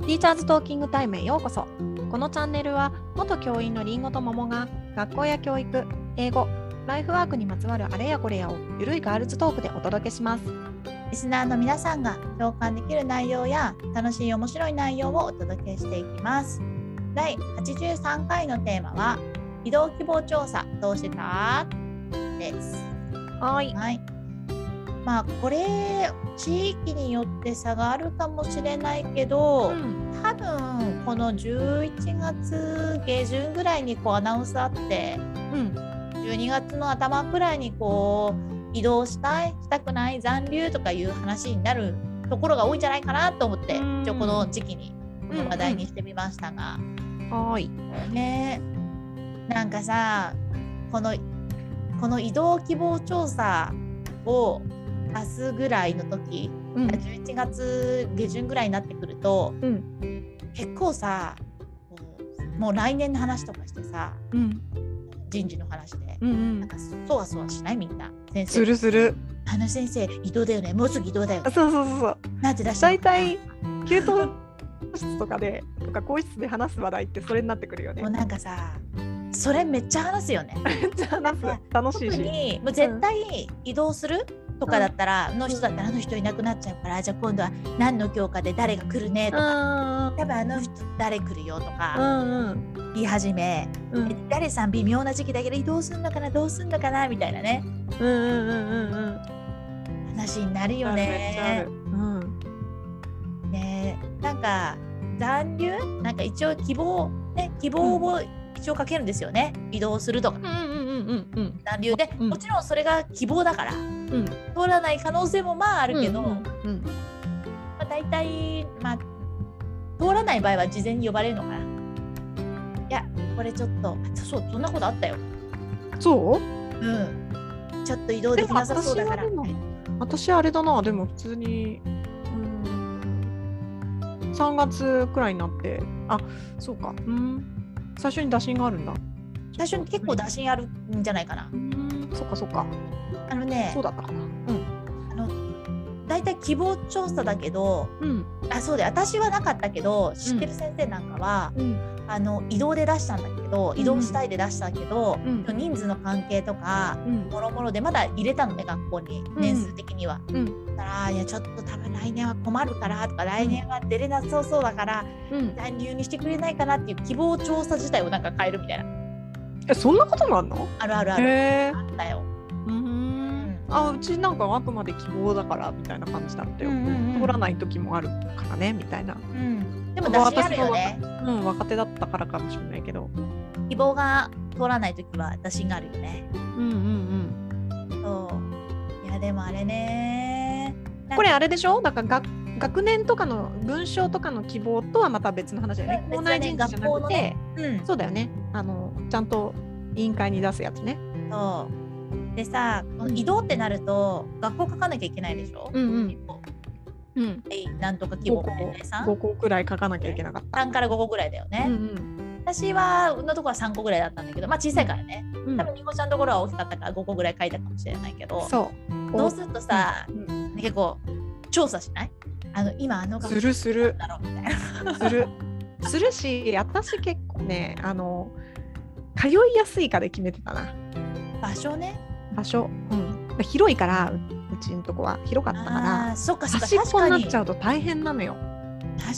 ティーチャーズトーキングタイムへようこそこのチャンネルは元教員のりんごと桃が学校や教育、英語、ライフワークにまつわるあれやこれやをゆるいガールズトークでお届けしますリスナーの皆さんが共感できる内容や楽しい面白い内容をお届けしていきます。第83回のテーマは移動希望調査どうしてたです。はいはい。まあこれ地域によって差があるかもしれないけど、ん、多分この11月下旬ぐらいにこうアナウンスあってうん、 12月の頭くらいにこう移動したいしたくない残留とかいう話になるところが多いんじゃないかなと思ってうん一応この時期にこの話題にしてみましたが、はいねえなんかさこのこの移動希望調査を出すぐらいの時うん11月下旬ぐらいになってくると、うん結構さこうもう来年の話とかしてさうん人事の話で。うんうなんんかそわそわしないみんな先す生るするあの先生移動だよねもうすぐ移動だよあそうそうそうそうなんて出したの大体給湯室とかでとか更衣室で話す話題ってそれになってくるよねもうなんかさそれめっちゃ話すよねめっちゃ 話す楽し特いしにもう絶対移動するとかだったら、の人だったらあの人いなくなっちゃうからじゃあ今度は何の教科で誰が来るねとか、ん多分あの人誰来るよとうかんうん言い始め、うんで誰さん微妙な時期だけど移動するのかなどうするのかなみたいなねうんうんうんうんうん話になるよめっちゃあねる。うんねえなんか残留なんか一応希望ね希望を一応かけるんですよね、移動するとかうんうんうんうん残留で、うんもちろんそれが希望だからうんうん通らない可能性もまあああるけど、うんまうんあ、大体まあ通らない場合は事前に呼ばれるのかないやこれちょっとあそうそんなことあったよそううんちょっと移動できなさそうだからでも私はで私あれだなでも普通にうん3月くらいになってあそうかうん最初に打診があるんだ最初に結構打診あるんじゃないかなうんそっかそっかあのねそうだったかなうん大体希望調査だけどうんあそうで私はなかったけど知ってる先生なんかは、うんあの移動で出したんだけどうん移動したいで出したけど、うん人数の関係とかうんもろもろでまだ入れたのね学校にん年数的には。うんだからいやちょっと多分来年は困るからとか来年は出れなさそうだからうん残留にしてくれないかなっていう希望調査自体をなんか変えるみたいなえそんなことなんのあるあるあるへえあったよ。うんあうちなんかはあくまで希望だからみたいな感じだったよ、うんうんうん通らない時もあるからねみたいなうん、でも出しあるよねうん若手だったからかもしれないけど希望が通らない時は打診があるよね。うんうんうんそういやでもあれねこれあれでしょだから学学年とかの文章とかの希望とはまた別の話だよねうん校内人事じゃな別だねく学校のて、ねうんそうだよねあのちゃんと委員会に出すやつねそうでさこの移動ってなると学校書かなきゃいけないでしょ、うんうん一個うんえいなんとか希望5個みたいな5個くらい書かなきゃいけなかった3から5個ぐらいだよね、うん私はのとこは3個ぐらいだったんだけどまあ小さいからねうん多分りんごちゃんのところは大きかったから5個ぐらい書いたかもしれないけどそうどうするとさ、う結構調査しないあの今あの学するするだろうみたいなす るするし私結構ねあの通いやすいかで決めてたな場所ね場所、うん、広いからううちのとこは広かったからあーそっかそっか端っ確こかになっにちゃうと大変なのよ。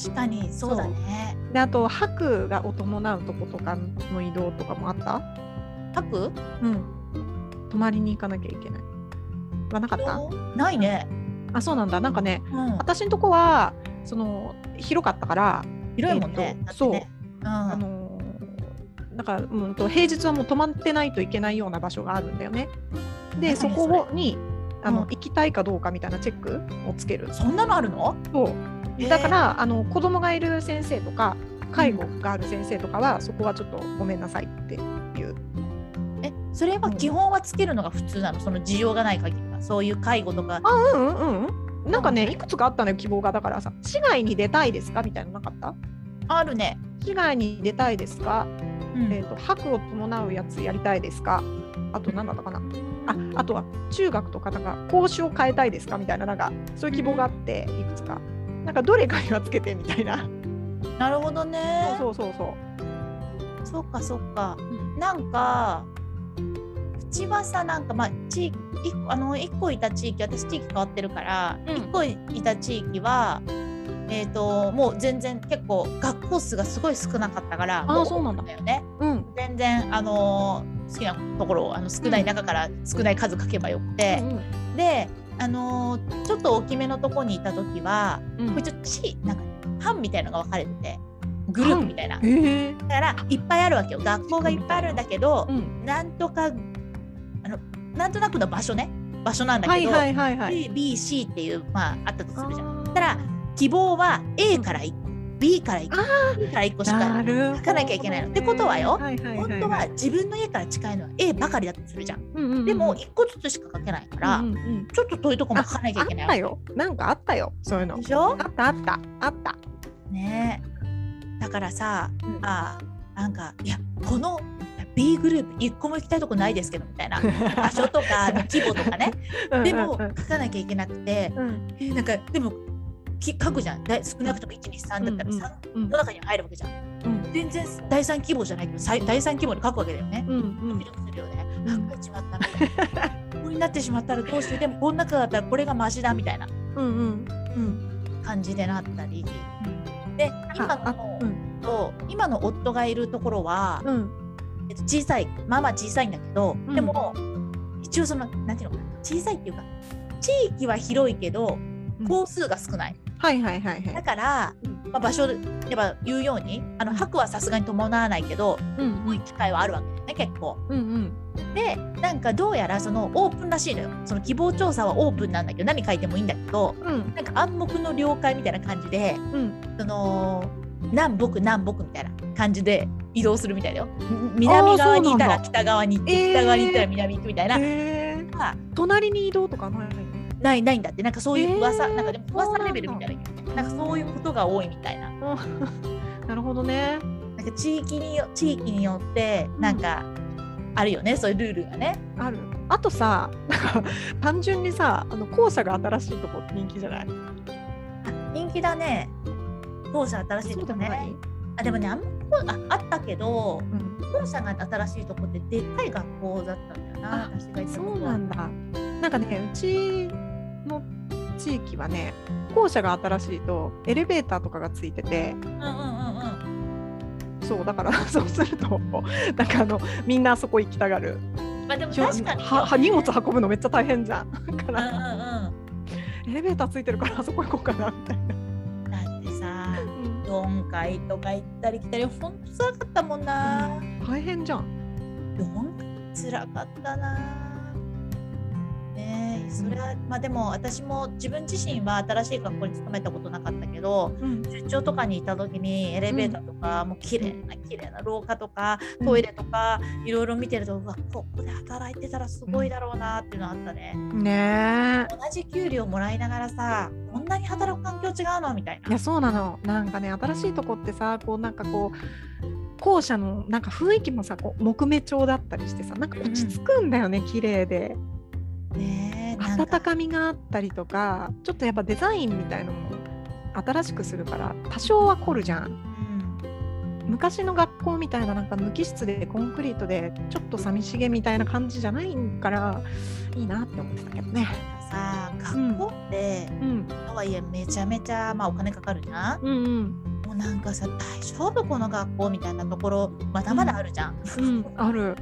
確かにそうだねであと白がを伴うとことかの移動とかもあった各うん泊まりに行かなきゃいけない。はなかったないね、あそうなんだなんかねうん、私のとこはその広かったから、広いもんね,、えっとそう、うあん、のーなんか、うん、と平日はもう泊まってないといけないような場所があるんだよね。で何そそれこをにあの、うん行きたいかどうかみたいなチェックをつけるそんなのあるのそうへーだから、あの子供がいる先生とか介護がある先生とかは、そこはちょっとごめんなさいっていうえそれは基本はつけるのが普通なのその需要がない限りはそういう介護とかあうんうんうんなんかねいくつかあったのよ希望がだからさ市外に出たいですかみたいなのなかったあるね、市外に出たいですか、うんえー、と白を伴うやつやりたいですかあと何だったかなああとは中学とかなんか講師を変えたいですかみたいななんかそういう希望があっていくつかなんかどれかにはつけてみたいななるほどねそうそうそうそうそっかそっか、んなんかうちはさなんかまあ地域一個あの一個いた地域私地域変わってるからうん一、個いた地域はえー、ともう全然結構学校数がすごい少なかったからあーもそうなんだだよねうん全然あのー好きなところをあの少ない中から少ない数書けばよくて、であのーちょっと大きめのとこにいた時はうんうんこれちょっと地なんか班みたいのが分かれててグループみたいなええだからいっぱいあるわけよ学校がいっぱいあるんだけどう、んなんとかあのなんとなくの場所ね場所なんだはけいど、はいはいはい ABC っていうまああったとするじゃん。んたら希望は A から1個 B から1個あ B から1個しなかるほどね書かなきゃいけないのってことはよいいいい本当は自分の家から近いのは A ばかりだとするじゃん。うんうんうんでも1個ずつしか書けないから、うんうんうんちょっと遠いとこも書かなきゃあいけっなたいわよなんかあったよそういうけのでしょあったあったあったねえだからさうんあーなんかいやこの B グループ1個も行きたいとこないですけどみたい な場所とかあの規模とかねでうもん書かなきゃいけなくてうんえなんかでもき書くじゃんだい少なくとも123だったらうん3うんの中には入るわけじゃんうん全然第3規模じゃないけど最第3規模に書くわけだよね。うんうドんキドキするよねなんかちまったみたいなこれになってしまったらどうしてでもこの中だったらこれがマシだみたいなうんうんうん感じでなったりで今あのうんと今の夫がいるところは、うんえっと小さいまあまあ小さいんだけど、うんでも一応そのなんていうのかな小さいっていうか地域は広いけどうん工数が少ない、はいはいはいはだいから、うんまあ、場所でやっぱ言うようにあの白はさすがに伴わないけどうん多い機会はあるわけだよね結構。うんうんでなんかどうやらそのオープンらしいのよその希望調査はオープンなんだけど何書いてもいいんだけどうんなんか暗黙の了解みたいな感じでうんその南北南北みたいな感じで移動するみたいだよ。んあ南ー側にそいたうならんだ北側に行って、えー北側に行ったら南行くみたいな、へえまあ隣に移動とかないないないんだってなんかそういう噂、えーなんかでも噂レベルみたいななんかそういうことが多いみたいなのなるほどねなんか地域によ地域によってうんなんかあるよね、そういうルールがね。あるあとさなんか単純にさあの校舎が新しいとこ人気じゃないあ人気だね校舎新しいそうとでこもなねいあでもねあんまこうああったけどうん校舎が新しいとこってでっかい学校だったんだよなあ私が行ったとこそうはなんだ。なんかね、うちの地域はね、校舎が新しいとエレベーターとかがついてて、うんうんうんうんそうだから そうすると、なんかあのみんなあそこ行きたがる。まあでも確かに、ね、はは荷物運ぶのめっちゃ大変じゃん。だかうんうらんエレベーターついてるからあそこ行こうかなみたいな。うんだってさ4階とか行ったり来たりほんとつらかったもんな大変じゃん。 4つらかったなねえそれはまあでも私も自分自身は新しい学校に勤めたことなかったけどうん、出張とかにいた時にエレベーターとか、もう綺麗な綺麗な廊下とかトイレとかいろいろ見てるとうわここで働いてたらすごいだろうなっていうのあったねねえ。同じ給料もらいながらさこんなに働く環境違うのみたいないやそうなの。なんかね、新しいとこってさ、こうなんかこう校舎のなんか雰囲気もさ、こう木目調だったりしてさ、なんか落ち着くんだよね、綺麗で。ねえなん温かみがあったりとかちょっとやっぱデザインみたいのも新しくするから多少は凝るじゃんうん昔の学校みたいななんか無機質でコンクリートでちょっと寂しげみたいな感じじゃないからいいなって思ってたけどねさあうん学校って、うんとはいえめちゃめちゃ、まあ、お金かかるじゃんうんうんもうなんかさ大丈夫この学校みたいなところまだまだあるじゃん、うんある、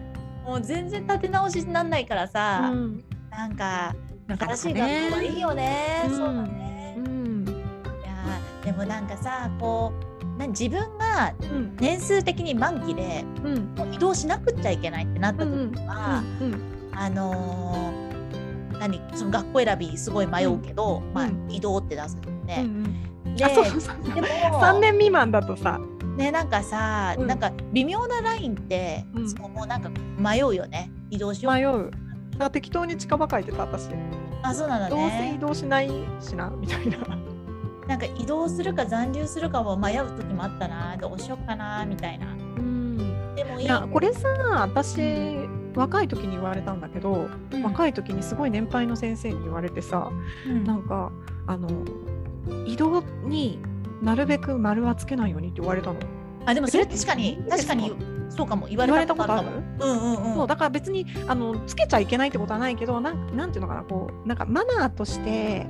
もう全然立て直しになんないからさ、ん、なんかなかな新かしい学校はいいよねうんそうだね、うんいやーでもなんかさこうな自分がうん年数的に満期でうんもう移動しなくっちゃいけないってなった時は、うんあのー何その学校選びすごい迷うけど、まあうん移動って出すようね。んであそうそうそうでも 3年未満だとさねなんかさ、うんなんか微妙なラインって、うんそのもうなんか迷うよね移動しよう迷うだから適当に近場書いてた私あそうなんだどうせ移ね動しないしなみたいななんか移動するか残留するかも迷う時もあったなどうしようかなみたいなうんでもいいいやこれさ私、う若い時に言われたんだけど、い、若い時にすごい年配の先生に言われてさうんなんかあの移動になるべく丸はつけないようにって言われたのあでもそれ確かいいにんですか確かにそうかも言わ言われれたたここととああるるかも。うんうんうん。そうだから別にあのつけちゃいけないってことはないけどなんなんていうのかなこうなんかマナーとして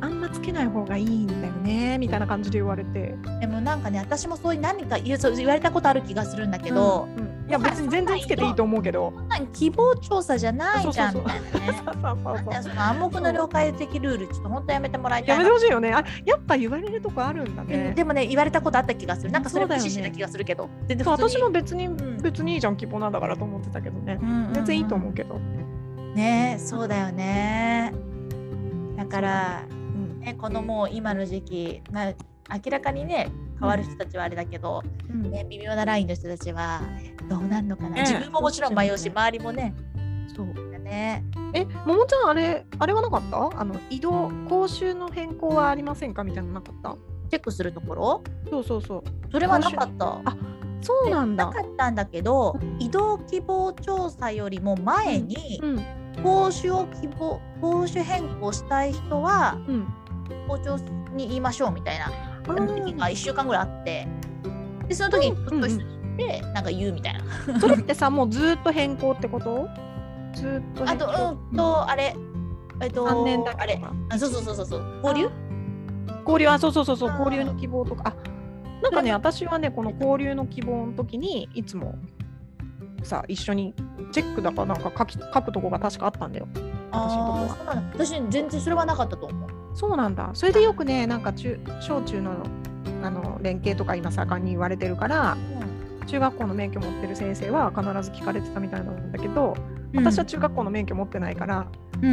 あんまつけない方がいいんだよねみたいな感じで言われてでもなんかね私もそういう何か言うそう言われたことある気がするんだけど、うんうんいや別に全然つけていいと思うけどそんなん希望調査じゃないじゃんそみうそうそたいなそうね。そうそうなそんうだよその暗黙の了解的ルールちょっと本当やめてもらいたやいめなてほしいよねあやっぱ言われるとこあるんだうんねでもね言われたことあった気がするなんかそれそうだ無よね視してた気がするけど全然そう普通私にも別に、ん別にいいじゃん希望なんだからと思ってたけどねうんうんうん全然いいと思うけど、ねそうだよねだから、うんね、このもう今の時期、まあ、明らかにね変わる人たちはあれだけど、ね、微妙なラインの人たちはどうなんのかな、ね自分ももちろん迷うしそうですよね周りもねそうねえももちゃんあれあれはなかったあの移動講習の変更はありませんかみたいなのなかったチェックするところそうそうそうそれはなかった。あそうなんだなかったんだけど移動希望調査よりも前にうん講習を希望講習変更したい人はうん校長に言いましょうみたいなあー時が1週間ぐらいあってでその時にちょっと一緒に行ってなんか言うみたいな。それってさもうずーっと変更ってことずーっとあ変更とうんとあれえっと3年だけあれとかあそうそうそうそうそう交流交流あそうそうそうそうあー交流の希望とかあなんかね私はねこの交流の希望の時にいつもさ一緒にチェックだかなんか書き書くとこが確かあったんだよ私のとこあはーそうなんだ私全然それはなかったと思う。そうなんだそれでよくねなんか中小中のあの連携とか今盛んに言われてるから中学校の免許持ってる先生は必ず聞かれてたみたいなんだけど、私は中学校の免許持ってないから、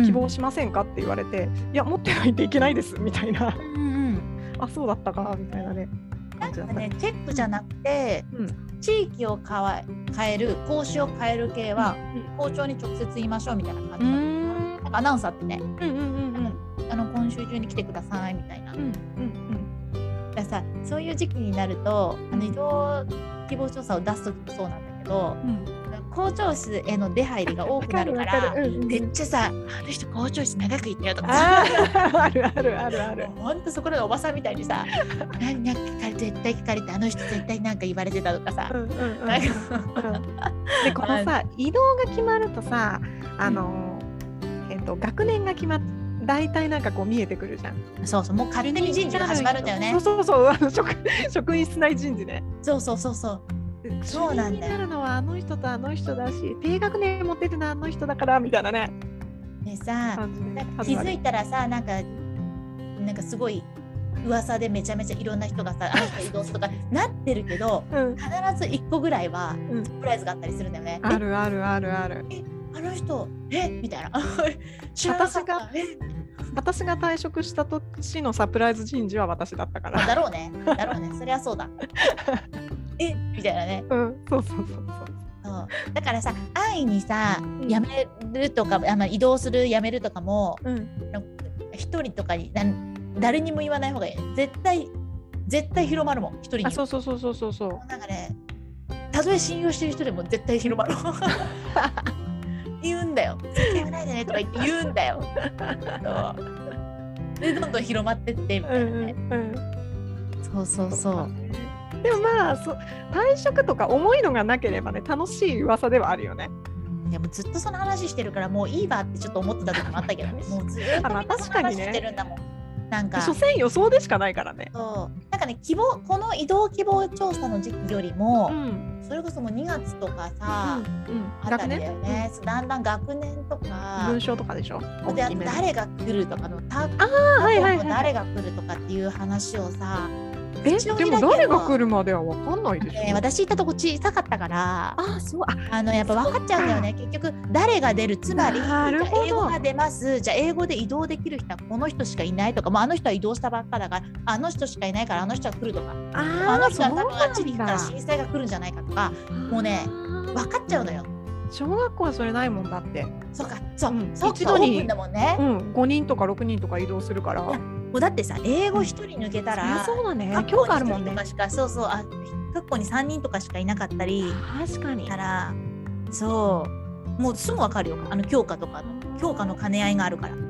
希望しませんかって言われていや持ってないといけないですみたいな うんうんあそうだったかみたいなねな感んじだかったねチェックじゃなくてうん地域を変わ変える講師を変える系はう校長に直接言いましょうみたいな感うじなんだんなんかアナウンサーってねうんうんうんうんあの今週中に来てくださいみたいな。うんうんだからさそういう時期になるとあの移動希望調査を出す時もそうなんだけどうん校長室への出入りが多くなるからわかるわかるうんうんめっちゃさ「あの人校長室長くいたよ」とかあさーあるあるあるあるもうほんとそこらのおばさんみたいにさ「何なんか聞かれて絶対聞かれてあの人絶対なんか言われてた」とかさう。んうんうんなんか でこのさ移動が決まるとさあの、えっと学年が決まっ大体なんかこう見えてくるじゃん。そうそうもう勝手に人事が始まるんだよねそうそうそうあの職職員室内人事ね。そうそうそうそうそうな主んだよ任になるのはあの人とあの人だし低学年持っててのはあの人だからみたいなねでさ感じでなんか始気まづるいたらさなんかなんかすごい噂でめちゃめちゃいろんな人がさあの人移動するとかなってるけどうん必ず1個ぐらいはうんサプライズがあったりするんだよね。あるあるあるある。えあの人えみたいな。 知らなか私ったが私が退職した年のサプライズ人事は私だったかまあら。だろうね。だろうね。そりゃそうだ。えみたいなね。うんそうそうそうそう。そうだからさ安易にさん辞めるとかあの移動する辞めるとかもうん一人とかになん誰にも言わない方がいい。絶対絶対広まるもん一人にあ。そうそうそうそうそうそう。なんかねたとえ信用してる人でも絶対広まる。 言うんだよ。絶対言わないでねとか言って言うんだ よ。そうでどんどん広まってってみたいなね。んそうそうそう。うん。でもまあそ退職とか重いのがなければね楽しい噂ではあるよね。いやもうずっとその話してるからもういいわってちょっと思ってた時もあったけどねもうずっと あまあみんな確かにそねの話してるんだもん。なんか所詮予想でしかないからね。そうなんかね希望この移動希望調査の時期よりも、ん。それこそもう2月とかさ、うん。あた学りだよ年、ね、そうだんだん学年とうんか文章とかでしょ。であ大きとめの誰が来るとかの他あはいはい今度はい。誰が来るとかっていう話をさ、え一応で開けもば誰が来るまではわかんないでしょ。えー私行ったとこ小さかったからああそうあのやっぱ分かっちゃうんだよね結局誰が出るつまりじゃなるほあど英語が出ますじゃあ英語で移動できる人はこの人しかいないとかもうあの人は移動したばっかだからあの人しかいないからあの人は来るとかああのー人は多分あっちに行くからそう震災が来るんじゃないかとかなんだもうねあー分かっちゃうのよ。小学校はそれないもんだって。そうかそうう、んそう一か度オにープンだもんねう。ん五人とか六人とか移動するから。もうだってさ英語一人抜けたそりゃらそうだね。学教校科あにるも一人んねとか。しか、そうそうあ学校に3人とかしかいなかったり確かにだか。らそうもうすぐ分かるよあの教科とかの教科の兼ね合いがあるから。な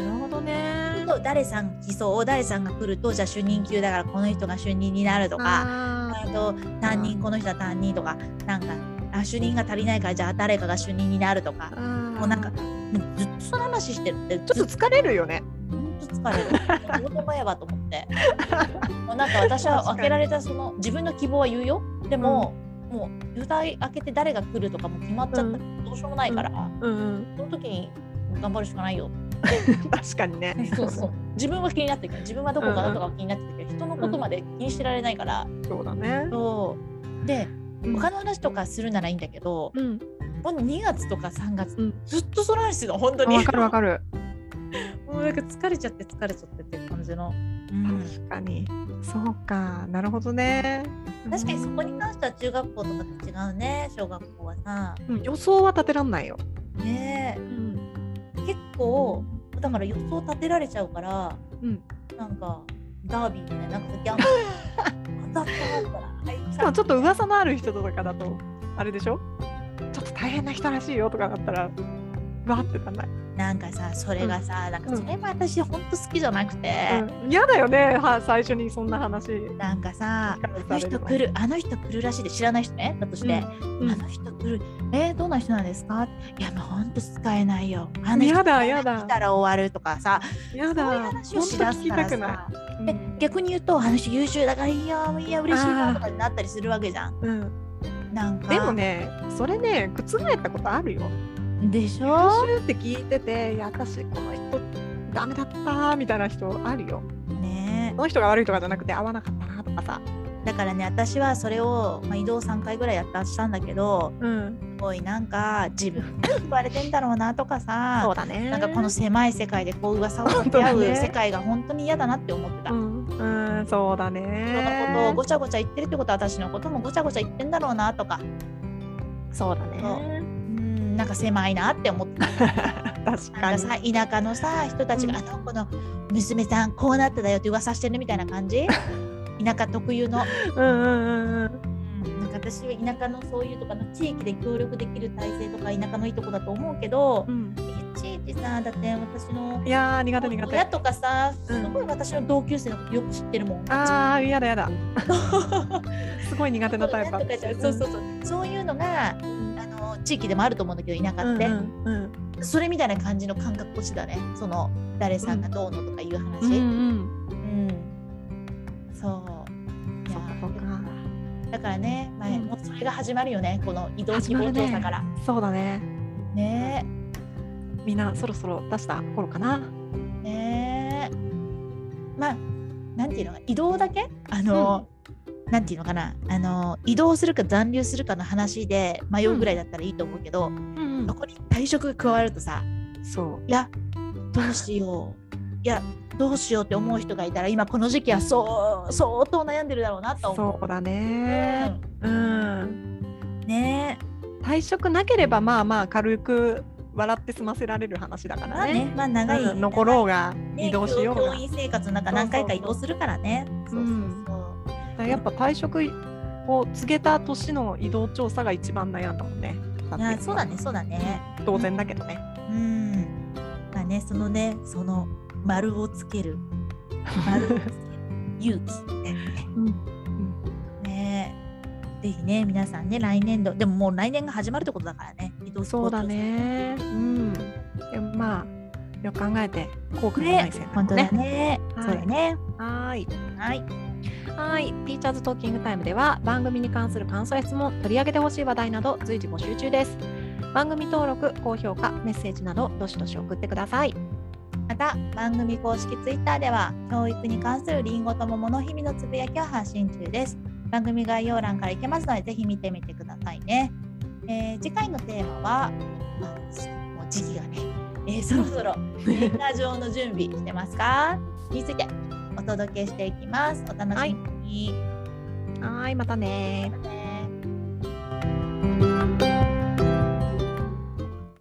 るほどね。ちょっとと誰さん来そう誰さんが来るとじゃあ主任級だからこの人が主任になるとかああと担任この人は担任とかなんかあ主任が足りないからじゃあ誰かが主任になるとかーあーもうなんかもうずっとその話してるってちょっと疲れるよね。ほんと疲れる。仕事場やばと 思って。もうなんか私は確かに開けられたその自分の希望は言うよ。でも、もう舞台開けて誰が来るとかも決まっちゃった、うどうしようもないから、うんうん、その時に頑張るしかないよ。確かにね。そうそう。自分は気になってくる。自分はどこかなとかは気になってくるけど、人のことまで気にしてられないから。そうだね。そうでうん他の話とかするならいいんだけど、うん、この2月とか3月、うんずっとその話するの本当あにわかるわかる。もうなんか疲れちゃって疲れちゃってっていう感じの、うん、確かに。そうか、なるほどね。確かにそこに関しては中学校とかと違うね小学校はさうん予想は立てらんないよ。ねうえん、結構だから予想立てられちゃうからうん、なんかダービーみたいななんかギ ャンブル当たったもんからあいつしかもちょっと噂のある人とかだと、あれでしょちょっと大変な人らしいよとかだったら、わーってなんない。なんかさそれがさ、なんかそれも私ほんと好きじゃなくて、うん嫌だよね、は最初にそんな話。なんかさ聞かあのされ人る来るあの人来るらしいで知らない人ねだとして、うん あの人来るえー、どんな人なんですかいやもうほんと使えないよあの人やだ来やだたら終わるとかさやそういうだ、本当話をしだ聞すきかたらくさないうでん。逆に言うとあの人優秀だからいいよいや嬉しいあなーとかになったりするわけじゃんうん、なんかでもね、それね、覆ったことあるよ。でし優ょ秀って聞いてて、いや、私、この人、ダメだったーみたいな人あるよ。ねこの人が悪いとかじゃなくて、合わなかったなとかさ。えだからね私はそれを、まあ、移動3回ぐらいやったしたんだけどうん、すごいなんか自分が言われてんだろうなとかそうさだね。なんかこの狭い世界でこう噂を立て合う世界が本当に嫌だなって思ってた。う人ん、うん、そうだね。のことをごちゃごちゃ言ってるってことは私のこともごちゃごちゃ言ってんだろうなとかそうだね。うんなんか狭いなって思って確かに。たなんかさ田舎のさ人たちが、うんあの子の娘さんこうなっただよって噂してるみたいな感じ田舎特有の、うんうんうんうん。なんか私は田舎のそういうとかの地域で協力できる体制とか田舎のいいとこだと思うけど、うんいちいちさだって私のいやー苦手苦手。親あとかさうんすごい私の同級生のことよく知ってるもん。あー嫌だ嫌 だ。すごい苦手なタイプだとかじゃんそうそうそうそういうのがうんあの地域でもあると思うんだけど田舎って、うんうんそれみたいな感じの感覚落ちだねその誰さんがどうのとかいう話。うんうんうん、そう。いそやっかそっかだからね、まあ、うんもうそれが始まるよね、この移動希望調査から。そうだね。ねみんなそろそろ出した頃かな。え、ねえ。まあ、なんていうの、移動だけ、あの。なんていうのかなあの移動するか残留するかの話で迷うぐらいだったらいいと思うけど、うん残り退職が加わるとさそう。いやどうしよういやどうしようって思う人がいたら今この時期はそう相当悩んでるだろうなと思うそうだね。うん。うんねえ退職なければまあまあ軽く笑って済ませられる話だかまあらね。ね、まあ長い、うん残ろうがね移動しよう教教が。員生活の中何回か移動するからね。そそううそそううそうだからやっぱ退職を告げた年の移動調査が一番悩んだもんね。そう。いやそうだねそうだね。当然だけどね。うん。まあねそのねその丸をつける丸をつける勇気。うん ねえ。ぜひね皆さんね来年度でももう来年が始まるってことだからね移動そうだ。ね。うん。でもまあよく考えて後悔のない生活本当をだね。ね。はいそうだね。はーい。はい。はい。ティーチャーズトーキングタイムでは番組に関する感想や質問、取り上げてほしい話題など随時募集中です。番組登録、高評価、メッセージなどどしどし送ってくだ さい。また番組公式ツイッターでは教育に関するりんごと桃の日々のつぶやきを発信中です番組概要欄から行けますのでぜひ見てみてくださいね、えー次回のテーマは、まあそうもう時期がね、 えーそろそろ年賀状の準備してますかについてお届けしていきますお楽しみに、はーい。またねまたね